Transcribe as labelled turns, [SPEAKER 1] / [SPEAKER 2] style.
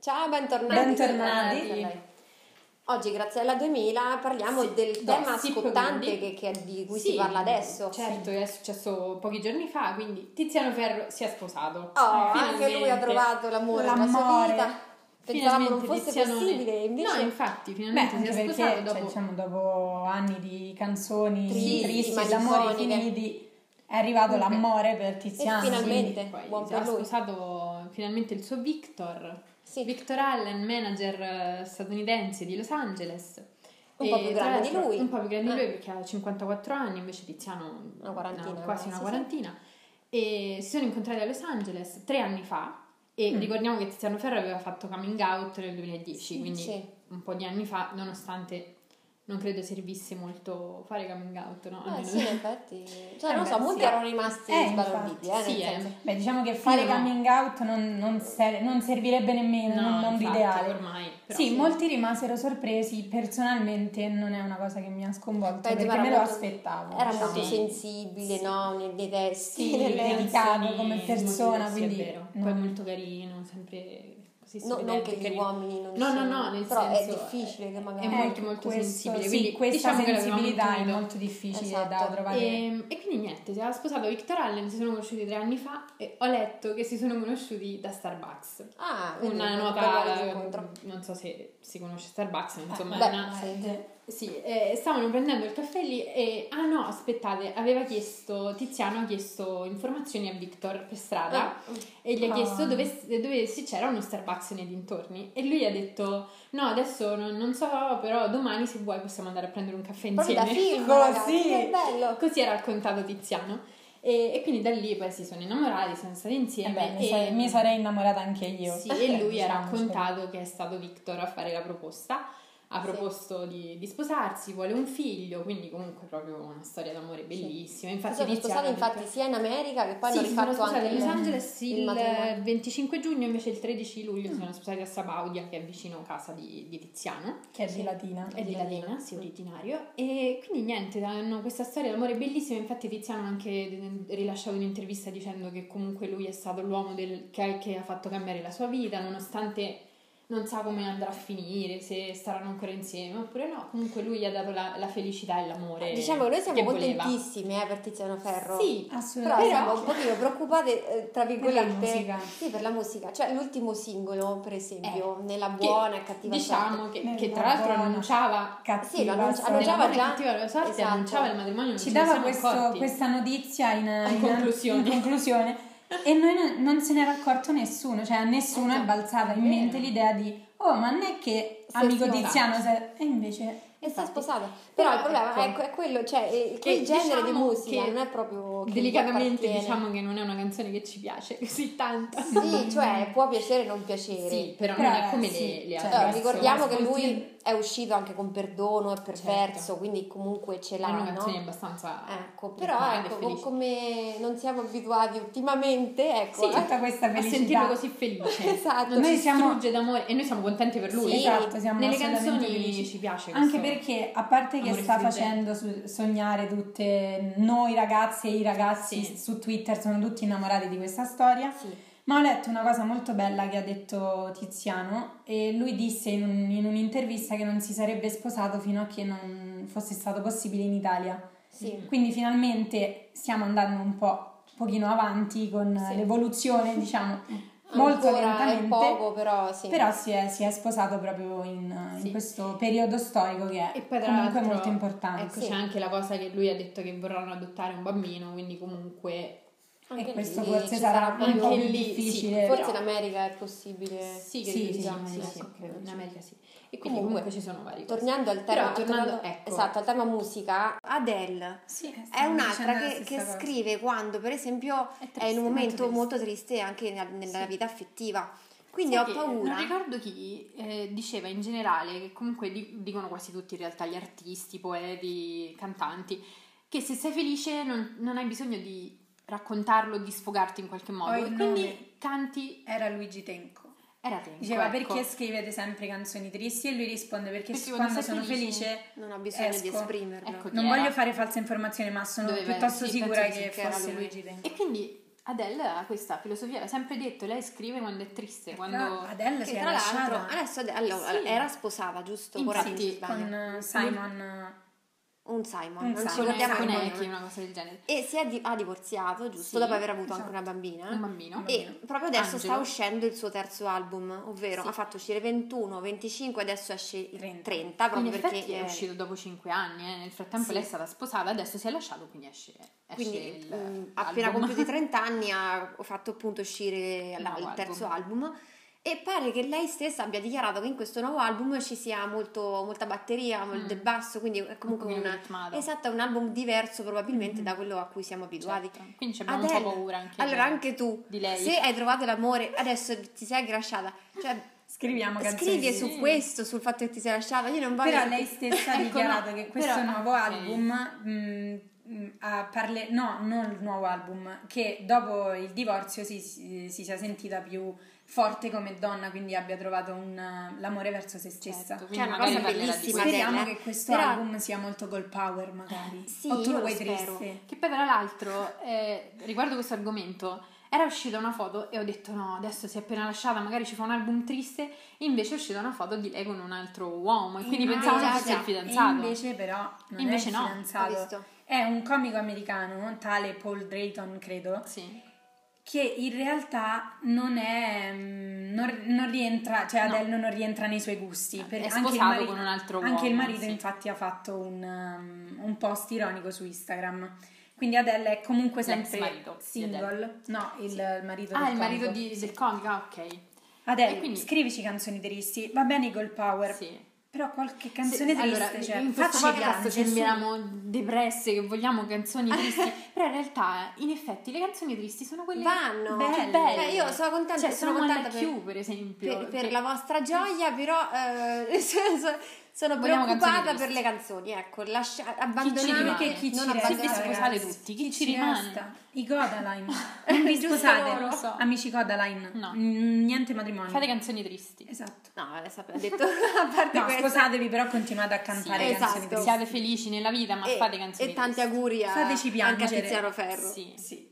[SPEAKER 1] Ciao, bentornati.
[SPEAKER 2] Bentornati.
[SPEAKER 1] Oggi, grazie alla 2000, parliamo
[SPEAKER 2] Sì,
[SPEAKER 1] del
[SPEAKER 2] gossip,
[SPEAKER 1] tema scottante che,
[SPEAKER 2] quindi.
[SPEAKER 1] che- di cui
[SPEAKER 2] Sì,
[SPEAKER 1] si parla adesso.
[SPEAKER 2] Certo, è successo pochi giorni fa, quindi Tiziano Ferro si è sposato.
[SPEAKER 1] Oh, anche
[SPEAKER 2] Finalmente.
[SPEAKER 1] lui ha trovato l'amore della sua
[SPEAKER 3] L'amore.
[SPEAKER 1] vita. Pensavamo non fosse possibile, invece
[SPEAKER 2] No, infatti,
[SPEAKER 3] Beh,
[SPEAKER 2] finalmente
[SPEAKER 3] anche
[SPEAKER 2] si è sposato
[SPEAKER 3] perché
[SPEAKER 2] dopo...
[SPEAKER 3] cioè, diciamo, dopo anni di canzoni
[SPEAKER 1] Tristi,
[SPEAKER 3] tristi, e
[SPEAKER 1] malinconiche.
[SPEAKER 3] d'amori finiti, è arrivato
[SPEAKER 2] eh. Comunque.
[SPEAKER 3] l'amore per Tiziano.
[SPEAKER 1] finalmente.
[SPEAKER 3] quindi-
[SPEAKER 2] Poi
[SPEAKER 1] buon
[SPEAKER 2] si
[SPEAKER 1] per
[SPEAKER 2] è
[SPEAKER 1] lui.
[SPEAKER 2] sposato finalmente il suo Victor.
[SPEAKER 1] sì,
[SPEAKER 2] Victor Allen, manager eh, statunitense di Los Angeles.
[SPEAKER 1] Un
[SPEAKER 2] E,
[SPEAKER 1] po' più
[SPEAKER 2] tra
[SPEAKER 1] grande di
[SPEAKER 2] l'altro,
[SPEAKER 1] lui.
[SPEAKER 2] Un po' più grande
[SPEAKER 1] Ah.
[SPEAKER 2] di lui perché ha 54 anni, invece Tiziano
[SPEAKER 1] Una quarantina,
[SPEAKER 2] no, quasi una
[SPEAKER 1] sì, sì.
[SPEAKER 2] quarantina. E si sono incontrati a Los Angeles tre anni fa e
[SPEAKER 3] Mm.
[SPEAKER 2] ricordiamo che Tiziano Ferro aveva fatto coming out nel 2010, quindi
[SPEAKER 1] sì.
[SPEAKER 2] un po' di anni fa, nonostante non credo servisse molto fare coming out, no?
[SPEAKER 1] Eh,
[SPEAKER 2] Almeno-
[SPEAKER 1] sì, in effetti. Cioè,
[SPEAKER 3] Eh
[SPEAKER 1] non
[SPEAKER 3] beh,
[SPEAKER 1] so, molti
[SPEAKER 3] sì.
[SPEAKER 1] erano rimasti
[SPEAKER 3] Eh,
[SPEAKER 1] sbalorditi, eh, nel
[SPEAKER 2] Sì, eh.
[SPEAKER 1] senso.
[SPEAKER 3] Beh, diciamo che fare
[SPEAKER 2] Sì, no.
[SPEAKER 3] coming out non, non ser- non servirebbe nemmeno, non, non
[SPEAKER 2] infatti,
[SPEAKER 3] l'ideale.
[SPEAKER 2] Ormai, però,
[SPEAKER 3] sì, molti rimasero sorpresi, personalmente non è una cosa che mi ha sconvolto
[SPEAKER 1] Penso
[SPEAKER 3] perché
[SPEAKER 1] era
[SPEAKER 3] me lo
[SPEAKER 1] molto-
[SPEAKER 3] aspettavo.
[SPEAKER 1] Era
[SPEAKER 3] diciamo.
[SPEAKER 1] molto
[SPEAKER 2] eh. Sì.
[SPEAKER 1] sensibile, no? Nei, nei testi,
[SPEAKER 3] Sì,
[SPEAKER 1] nelle-
[SPEAKER 3] sì. delicato come persona,
[SPEAKER 2] sì, è
[SPEAKER 3] quindi
[SPEAKER 2] vero.
[SPEAKER 3] no.
[SPEAKER 2] Poi molto carino, sempre così
[SPEAKER 1] No, non
[SPEAKER 2] sorridente,
[SPEAKER 1] che gli
[SPEAKER 2] carino.
[SPEAKER 1] uomini non
[SPEAKER 2] No, no,
[SPEAKER 1] siano-
[SPEAKER 2] no, nel
[SPEAKER 1] però
[SPEAKER 2] senso, eh,
[SPEAKER 1] è difficile che magari...
[SPEAKER 2] è molto,
[SPEAKER 3] Ecco,
[SPEAKER 2] molto
[SPEAKER 3] questo-
[SPEAKER 2] sensibile,
[SPEAKER 3] sì,
[SPEAKER 2] quindi
[SPEAKER 3] questa
[SPEAKER 2] diciamo che l'avevamo
[SPEAKER 3] sensibilità è
[SPEAKER 2] intuito.
[SPEAKER 3] molto difficile da
[SPEAKER 1] Esatto.
[SPEAKER 3] trovare.
[SPEAKER 2] Ehm, E, e quindi niente, si era sposato Victor Allen, si sono conosciuti tre anni fa e ho letto che si sono conosciuti da Starbucks.
[SPEAKER 1] Ah, quindi
[SPEAKER 2] Una
[SPEAKER 1] un
[SPEAKER 2] nota,
[SPEAKER 1] bel incontro.
[SPEAKER 2] non so se si conosce Starbucks, ma insomma,
[SPEAKER 1] Beh,
[SPEAKER 2] è una,
[SPEAKER 1] sì.
[SPEAKER 2] Sì, eh, stavano prendendo il caffè lì e... Ah no, aspettate, aveva chiesto, Tiziano ha chiesto informazioni a Victor per strada
[SPEAKER 1] Ah,
[SPEAKER 2] e gli ha
[SPEAKER 3] Ah.
[SPEAKER 2] chiesto dove, dove si c'era uno Starbucks nei dintorni e lui ha detto no adesso non, non so però domani se vuoi possiamo andare a prendere un caffè
[SPEAKER 1] proprio da
[SPEAKER 2] insieme.
[SPEAKER 1] film,
[SPEAKER 3] Così.
[SPEAKER 1] ragazzi,
[SPEAKER 3] eh,
[SPEAKER 1] che bello.
[SPEAKER 2] Così era raccontato Tiziano e, e quindi da lì poi si sono innamorati, sono stati
[SPEAKER 3] Eh
[SPEAKER 2] insieme
[SPEAKER 3] beh, mi,
[SPEAKER 2] e-
[SPEAKER 3] sa- mi sarei innamorata anche io.
[SPEAKER 2] sì, e lui ha
[SPEAKER 3] Diciamo,
[SPEAKER 2] raccontato che è stato Victor a fare la proposta. Ha
[SPEAKER 1] Sì.
[SPEAKER 2] proposto di, di sposarsi, vuole un figlio, quindi comunque proprio una storia d'amore bellissima. Infatti,
[SPEAKER 1] Si sono
[SPEAKER 2] Tiziano
[SPEAKER 1] sposati
[SPEAKER 2] ha detto-
[SPEAKER 1] infatti sia in America che poi
[SPEAKER 2] sì,
[SPEAKER 1] hanno
[SPEAKER 2] si sono
[SPEAKER 1] rifatto
[SPEAKER 2] sposati
[SPEAKER 1] anche
[SPEAKER 2] a Los
[SPEAKER 1] il-
[SPEAKER 2] Angeles
[SPEAKER 1] il
[SPEAKER 2] il,
[SPEAKER 1] matrimonio.
[SPEAKER 2] 25 giugno, invece il 13 luglio si sono sposati a Sabaudia, che è vicino casa di, di Tiziano,
[SPEAKER 3] Che è di Latina.
[SPEAKER 2] è di Latina, sì, originario. E quindi niente, hanno questa storia d'amore bellissima. Infatti, Tiziano ha anche rilasciato un'intervista dicendo che comunque lui è stato l'uomo del- che, ha- che ha fatto cambiare la sua vita, nonostante non sa come andrà a finire, se staranno ancora insieme oppure no. Comunque lui gli ha dato la, la felicità e l'amore.
[SPEAKER 1] Diciamo che noi siamo
[SPEAKER 2] che voleva.
[SPEAKER 1] contentissime eh, per Tiziano Ferro.
[SPEAKER 2] Sì,
[SPEAKER 1] Però
[SPEAKER 3] Assolutamente.
[SPEAKER 1] siamo un pochino preoccupate, eh, tra virgolette,
[SPEAKER 3] musica.
[SPEAKER 1] Sì, per la musica. Cioè, l'ultimo singolo, per esempio, nella
[SPEAKER 2] Eh, che
[SPEAKER 1] buona e cattiva
[SPEAKER 2] diciamo che,
[SPEAKER 3] Nella
[SPEAKER 2] che tra l'altro
[SPEAKER 3] buona.
[SPEAKER 2] annunciava
[SPEAKER 3] Cattiva
[SPEAKER 1] Sì, lo annunci-
[SPEAKER 3] storia.
[SPEAKER 1] annunciava
[SPEAKER 2] annunciava
[SPEAKER 1] già-
[SPEAKER 2] già la sorte,
[SPEAKER 1] esatto.
[SPEAKER 2] annunciava il matrimonio non
[SPEAKER 3] Ci
[SPEAKER 2] ce ne
[SPEAKER 3] dava
[SPEAKER 2] siamo
[SPEAKER 3] questo-
[SPEAKER 2] accorti.
[SPEAKER 3] questa notizia in,
[SPEAKER 2] In conclusione.
[SPEAKER 3] in conclusione e noi non, non se n'era accorto nessuno, cioè a nessuno
[SPEAKER 1] Esatto.
[SPEAKER 3] è balzata in
[SPEAKER 2] Eh, Vero.
[SPEAKER 3] mente l'idea di oh ma non è che
[SPEAKER 1] Se
[SPEAKER 3] amico
[SPEAKER 1] si sposa."
[SPEAKER 3] Tiziano se-" e invece
[SPEAKER 1] E sta
[SPEAKER 3] infatti,
[SPEAKER 1] sposata. Però il
[SPEAKER 2] Però,
[SPEAKER 1] problema
[SPEAKER 2] ecco,
[SPEAKER 1] è, è quello, cioè, eh,
[SPEAKER 2] che
[SPEAKER 1] quel genere di
[SPEAKER 2] diciamo
[SPEAKER 1] musica
[SPEAKER 2] che
[SPEAKER 1] non è proprio... che gli
[SPEAKER 2] Delicatamente
[SPEAKER 1] appartiene.
[SPEAKER 2] diciamo che non è una canzone che ci piace così tanto.
[SPEAKER 1] Sì, cioè, può piacere o non piacere.
[SPEAKER 2] Sì, però,
[SPEAKER 3] Però,
[SPEAKER 2] non è come
[SPEAKER 3] sì,
[SPEAKER 2] le, le
[SPEAKER 3] cioè,
[SPEAKER 2] altre.
[SPEAKER 1] Allora,
[SPEAKER 3] Adesso
[SPEAKER 1] ricordiamo che
[SPEAKER 2] canzoni.
[SPEAKER 1] lui è uscito anche con perdono e perverso,
[SPEAKER 2] Certo.
[SPEAKER 1] quindi comunque ce
[SPEAKER 2] Erano canzoni
[SPEAKER 1] l'hanno.
[SPEAKER 2] abbastanza...
[SPEAKER 1] Ecco, però
[SPEAKER 2] normali e
[SPEAKER 1] ecco,
[SPEAKER 2] felici.
[SPEAKER 1] come non siamo abituati ultimamente, ecco,
[SPEAKER 2] Sì,
[SPEAKER 1] eh,
[SPEAKER 3] tutta questa
[SPEAKER 2] A
[SPEAKER 3] felicità
[SPEAKER 2] sentirlo così felice.
[SPEAKER 1] Esatto.
[SPEAKER 2] Non
[SPEAKER 3] Noi
[SPEAKER 2] ci
[SPEAKER 3] siamo-
[SPEAKER 2] strugge d'amore e noi siamo contenti per lui.
[SPEAKER 1] Sì,
[SPEAKER 3] esatto, siamo
[SPEAKER 2] Nelle
[SPEAKER 3] assolutamente
[SPEAKER 2] canzoni
[SPEAKER 3] felici.
[SPEAKER 2] ci piace
[SPEAKER 3] Anche
[SPEAKER 2] questo.
[SPEAKER 3] perché, a parte che
[SPEAKER 2] amore
[SPEAKER 3] sta
[SPEAKER 2] struggente.
[SPEAKER 3] facendo su- sognare tutte noi ragazze e i ragazzi
[SPEAKER 2] Sì.
[SPEAKER 3] su Twitter, sono tutti innamorati di questa storia,
[SPEAKER 1] sì.
[SPEAKER 3] ma ho letto una cosa molto bella che ha detto Tiziano e lui disse in, un- in un'intervista che non si sarebbe sposato fino a che non fosse stato possibile in Italia.
[SPEAKER 1] sì.
[SPEAKER 3] Quindi finalmente stiamo andando un po' un pochino avanti con
[SPEAKER 1] Sì.
[SPEAKER 3] l'evoluzione, diciamo, molto
[SPEAKER 1] Ancora è
[SPEAKER 3] lentamente.
[SPEAKER 1] poco, però sì.
[SPEAKER 3] Però si è, si è sposato proprio in, in
[SPEAKER 2] Sì.
[SPEAKER 3] questo periodo storico che è
[SPEAKER 2] E poi, tra
[SPEAKER 3] comunque
[SPEAKER 2] l'altro,
[SPEAKER 3] molto importante.
[SPEAKER 2] Ecco,
[SPEAKER 1] Sì.
[SPEAKER 2] c'è anche la cosa che lui ha detto che vorranno adottare un bambino, quindi comunque
[SPEAKER 1] Anche
[SPEAKER 3] e questo
[SPEAKER 1] lì
[SPEAKER 3] forse
[SPEAKER 1] ci
[SPEAKER 3] sarà
[SPEAKER 1] sarà
[SPEAKER 3] un po'
[SPEAKER 2] anche
[SPEAKER 3] più
[SPEAKER 2] lì, sì,
[SPEAKER 3] difficile.
[SPEAKER 1] Forse
[SPEAKER 2] però-
[SPEAKER 1] in America è possibile.
[SPEAKER 2] sì che
[SPEAKER 3] Sì,
[SPEAKER 2] diciamo,
[SPEAKER 3] sì,
[SPEAKER 2] sì,
[SPEAKER 3] sì,
[SPEAKER 2] sì,
[SPEAKER 1] ecco, credo,
[SPEAKER 2] in
[SPEAKER 1] sì.
[SPEAKER 2] America sì. E quindi
[SPEAKER 1] Comunque,
[SPEAKER 2] comunque, ci sono vari cose.
[SPEAKER 1] Tornando al tema,
[SPEAKER 2] Però tornando- ecco.
[SPEAKER 1] esatto, al tema musica, Adele
[SPEAKER 3] Sì,
[SPEAKER 1] è
[SPEAKER 3] stavo
[SPEAKER 1] un'altra
[SPEAKER 3] Eh, dicendo la
[SPEAKER 1] che, che
[SPEAKER 3] stessa cosa.
[SPEAKER 1] scrive quando, per esempio, è,
[SPEAKER 3] triste,
[SPEAKER 1] in un
[SPEAKER 3] molto
[SPEAKER 1] momento
[SPEAKER 3] triste.
[SPEAKER 1] molto triste anche nella, nella
[SPEAKER 2] Sì.
[SPEAKER 1] vita affettiva. Quindi
[SPEAKER 2] Sai
[SPEAKER 1] ho
[SPEAKER 2] che
[SPEAKER 1] paura.
[SPEAKER 2] Non ricordo chi eh, diceva in generale, che comunque di- dicono quasi tutti in realtà gli artisti, poeti, cantanti, che se sei felice non, non hai bisogno di raccontarlo, di sfogarti in qualche modo.
[SPEAKER 3] Poi
[SPEAKER 2] E
[SPEAKER 3] il
[SPEAKER 2] quindi
[SPEAKER 3] nome.
[SPEAKER 2] canti
[SPEAKER 3] Era Luigi Tenco.
[SPEAKER 2] era tempo.
[SPEAKER 3] Diceva
[SPEAKER 2] ecco.
[SPEAKER 3] perché scrivete sempre canzoni tristi e lui risponde perché,
[SPEAKER 2] Perché quando
[SPEAKER 3] quando
[SPEAKER 2] sei
[SPEAKER 3] sono
[SPEAKER 2] felice-
[SPEAKER 3] felice,
[SPEAKER 1] Non ho bisogno di
[SPEAKER 3] Esco.
[SPEAKER 1] esprimerlo.
[SPEAKER 2] Ecco.
[SPEAKER 3] non
[SPEAKER 2] Era.
[SPEAKER 3] voglio fare falsa informazione ma sono
[SPEAKER 2] Doveva-
[SPEAKER 3] piuttosto
[SPEAKER 2] sì,
[SPEAKER 3] sicura
[SPEAKER 2] penso di
[SPEAKER 3] che
[SPEAKER 2] sì, che era
[SPEAKER 3] fosse
[SPEAKER 2] lui.
[SPEAKER 3] Luigi Tenco.
[SPEAKER 2] E quindi Adele ha questa filosofia, l'ha sempre detto, lei scrive quando è triste, quando...
[SPEAKER 3] Tra- Adele
[SPEAKER 1] Che
[SPEAKER 3] si è
[SPEAKER 1] tra l'altro,
[SPEAKER 3] lasciata
[SPEAKER 1] adesso Ade- allora,
[SPEAKER 2] Sì.
[SPEAKER 1] era sposata, giusto?
[SPEAKER 2] Infatti,
[SPEAKER 1] Ora ti sbaglio.
[SPEAKER 3] con eh, Simon. eh,
[SPEAKER 1] un Simon,
[SPEAKER 3] Un
[SPEAKER 1] non ci
[SPEAKER 3] Simon,
[SPEAKER 1] ricordiamo il
[SPEAKER 2] con
[SPEAKER 1] nome.
[SPEAKER 2] Eki, una cosa del genere.
[SPEAKER 1] E si è di- ha divorziato, giusto?
[SPEAKER 2] Sì,
[SPEAKER 1] dopo aver avuto
[SPEAKER 3] esatto.
[SPEAKER 1] anche una bambina.
[SPEAKER 2] Un bambino.
[SPEAKER 1] E
[SPEAKER 3] bambino.
[SPEAKER 1] proprio adesso sta
[SPEAKER 2] Angelo.
[SPEAKER 1] uscendo il suo terzo album, ovvero
[SPEAKER 2] Sì.
[SPEAKER 1] ha fatto uscire 21, 25, adesso esce il 30,
[SPEAKER 3] 30,
[SPEAKER 1] proprio
[SPEAKER 2] in
[SPEAKER 1] perché
[SPEAKER 2] effetti Ah, è
[SPEAKER 1] eh,
[SPEAKER 2] uscito dopo 5 anni, eh. nel frattempo
[SPEAKER 1] Sì.
[SPEAKER 2] lei è stata sposata, adesso si è lasciato, quindi esce, esce
[SPEAKER 1] Quindi
[SPEAKER 2] il,
[SPEAKER 1] mh,
[SPEAKER 2] l'album.
[SPEAKER 1] appena compiuti i 30 anni ha fatto appunto uscire
[SPEAKER 2] Il
[SPEAKER 1] la-
[SPEAKER 2] nuovo
[SPEAKER 1] il terzo
[SPEAKER 2] album.
[SPEAKER 1] album e pare che lei stessa abbia dichiarato che in questo nuovo album ci sia molto, molta batteria,
[SPEAKER 2] Mm.
[SPEAKER 1] molto basso, quindi è comunque
[SPEAKER 2] pochino
[SPEAKER 1] un,
[SPEAKER 2] ritmato.
[SPEAKER 1] esatto, è un album diverso probabilmente
[SPEAKER 3] Mhm.
[SPEAKER 1] da quello a cui siamo abituati.
[SPEAKER 2] Certo. Quindi ci abbiamo un
[SPEAKER 1] Adele,
[SPEAKER 2] po' paura anche
[SPEAKER 1] Allora
[SPEAKER 2] noi.
[SPEAKER 1] anche tu,
[SPEAKER 2] di lei.
[SPEAKER 1] se hai trovato l'amore, adesso ti sei anche lasciata, cioè
[SPEAKER 3] Scriviamo canzoni.
[SPEAKER 1] scrivi
[SPEAKER 3] sì.
[SPEAKER 1] su
[SPEAKER 2] Sì.
[SPEAKER 1] questo, sul fatto che ti sei lasciata, io non voglio...
[SPEAKER 3] Però lei stessa ha
[SPEAKER 2] Ecco,
[SPEAKER 3] dichiarato
[SPEAKER 2] no,
[SPEAKER 3] che questo
[SPEAKER 2] però-
[SPEAKER 3] nuovo
[SPEAKER 2] ok.
[SPEAKER 3] album mh, mh, ha parle- no, non il nuovo album, che dopo il divorzio si, si- si sia sentita più forte come donna, quindi abbia trovato un, eh, l'amore verso se stessa.
[SPEAKER 2] Certo,
[SPEAKER 1] Che Cioè, è una
[SPEAKER 2] magari
[SPEAKER 1] cosa
[SPEAKER 2] parlerà di
[SPEAKER 1] bellissima,
[SPEAKER 2] questo.
[SPEAKER 3] Speriamo
[SPEAKER 1] Adele,
[SPEAKER 3] che questo
[SPEAKER 1] però-
[SPEAKER 3] album sia molto girl power, magari.
[SPEAKER 1] Sì,
[SPEAKER 3] o tu
[SPEAKER 1] io
[SPEAKER 3] lo
[SPEAKER 1] lo
[SPEAKER 3] vuoi
[SPEAKER 1] spero.
[SPEAKER 3] triste.
[SPEAKER 2] Che poi tra l'altro, eh, riguardo questo argomento, era uscita una foto e ho detto no, adesso si è appena lasciata, magari ci fa un album triste, e invece è uscita una foto di lei con un altro uomo, e quindi
[SPEAKER 1] Ah,
[SPEAKER 2] pensavo
[SPEAKER 1] già,
[SPEAKER 2] fosse il
[SPEAKER 1] già.
[SPEAKER 2] fidanzato.
[SPEAKER 3] E invece però non
[SPEAKER 2] Invece
[SPEAKER 3] è il
[SPEAKER 2] no, ho
[SPEAKER 1] Ho
[SPEAKER 3] fidanzato.
[SPEAKER 1] visto.
[SPEAKER 3] È un comico americano, tale Paul Drayton, credo,
[SPEAKER 2] Sì.
[SPEAKER 3] che in realtà non è mm, non, non rientra cioè
[SPEAKER 2] No.
[SPEAKER 3] Adele non rientra nei suoi gusti
[SPEAKER 2] È
[SPEAKER 3] perché
[SPEAKER 2] sposato
[SPEAKER 3] il mari-
[SPEAKER 2] con un altro
[SPEAKER 3] anche il
[SPEAKER 2] uomo,
[SPEAKER 3] marito
[SPEAKER 2] sì.
[SPEAKER 3] infatti ha fatto un, um, un post ironico su Instagram quindi Adele è comunque
[SPEAKER 2] L'ex
[SPEAKER 3] sempre
[SPEAKER 2] marito di
[SPEAKER 3] single no il marito
[SPEAKER 2] Ah,
[SPEAKER 3] del
[SPEAKER 2] il marito
[SPEAKER 3] comico.
[SPEAKER 2] di, del comico, ah, ok.
[SPEAKER 3] Adele
[SPEAKER 2] E quindi-
[SPEAKER 3] scrivici canzoni tristi va bene i girl power
[SPEAKER 2] Sì.
[SPEAKER 3] però qualche canzone
[SPEAKER 2] Sì,
[SPEAKER 3] triste
[SPEAKER 2] allora,
[SPEAKER 3] cioè,
[SPEAKER 2] in questo
[SPEAKER 3] facci
[SPEAKER 2] podcast
[SPEAKER 3] piangere, su.
[SPEAKER 2] sembriamo depresse che vogliamo canzoni tristi però in realtà in effetti le canzoni tristi sono quelle
[SPEAKER 1] Vanno.
[SPEAKER 2] più
[SPEAKER 3] Belle.
[SPEAKER 2] belle
[SPEAKER 1] Eh, io sono contenta-
[SPEAKER 2] cioè,
[SPEAKER 1] sono
[SPEAKER 2] sono
[SPEAKER 1] contenta
[SPEAKER 2] per,
[SPEAKER 1] per-
[SPEAKER 2] per esempio cioè,
[SPEAKER 1] per, per
[SPEAKER 2] che-
[SPEAKER 1] la vostra gioia, però eh, sono- sono
[SPEAKER 2] Vogliamo
[SPEAKER 1] preoccupata
[SPEAKER 2] canzoni
[SPEAKER 1] per le canzoni. Ecco, lascia, abbandonate
[SPEAKER 2] rimane?
[SPEAKER 1] che
[SPEAKER 3] perché chi
[SPEAKER 1] non
[SPEAKER 3] ci resta
[SPEAKER 2] Se vi
[SPEAKER 1] abbandonate.
[SPEAKER 2] sposate
[SPEAKER 3] ragazzi?
[SPEAKER 2] tutti, chi ci rimane?
[SPEAKER 3] resta? I Godaline. Non vi
[SPEAKER 1] Giusto
[SPEAKER 3] sposate,
[SPEAKER 2] loro. Lo so.
[SPEAKER 3] amici Godaline.
[SPEAKER 2] No.
[SPEAKER 3] Mm, niente matrimonio.
[SPEAKER 2] fate canzoni tristi
[SPEAKER 3] Esatto.
[SPEAKER 1] No, adesso ha detto a parte
[SPEAKER 3] No,
[SPEAKER 1] questo.
[SPEAKER 3] sposatevi, però continuate a cantare
[SPEAKER 1] Sì,
[SPEAKER 3] canzoni
[SPEAKER 1] esatto.
[SPEAKER 3] tristi.
[SPEAKER 2] siate felici nella vita ma
[SPEAKER 1] e,
[SPEAKER 2] fate canzoni
[SPEAKER 1] e tanti auguri a,
[SPEAKER 3] Fateci
[SPEAKER 1] anche a
[SPEAKER 3] piangere.
[SPEAKER 1] Tiziano Ferro.
[SPEAKER 2] tristi sì.
[SPEAKER 3] Sì.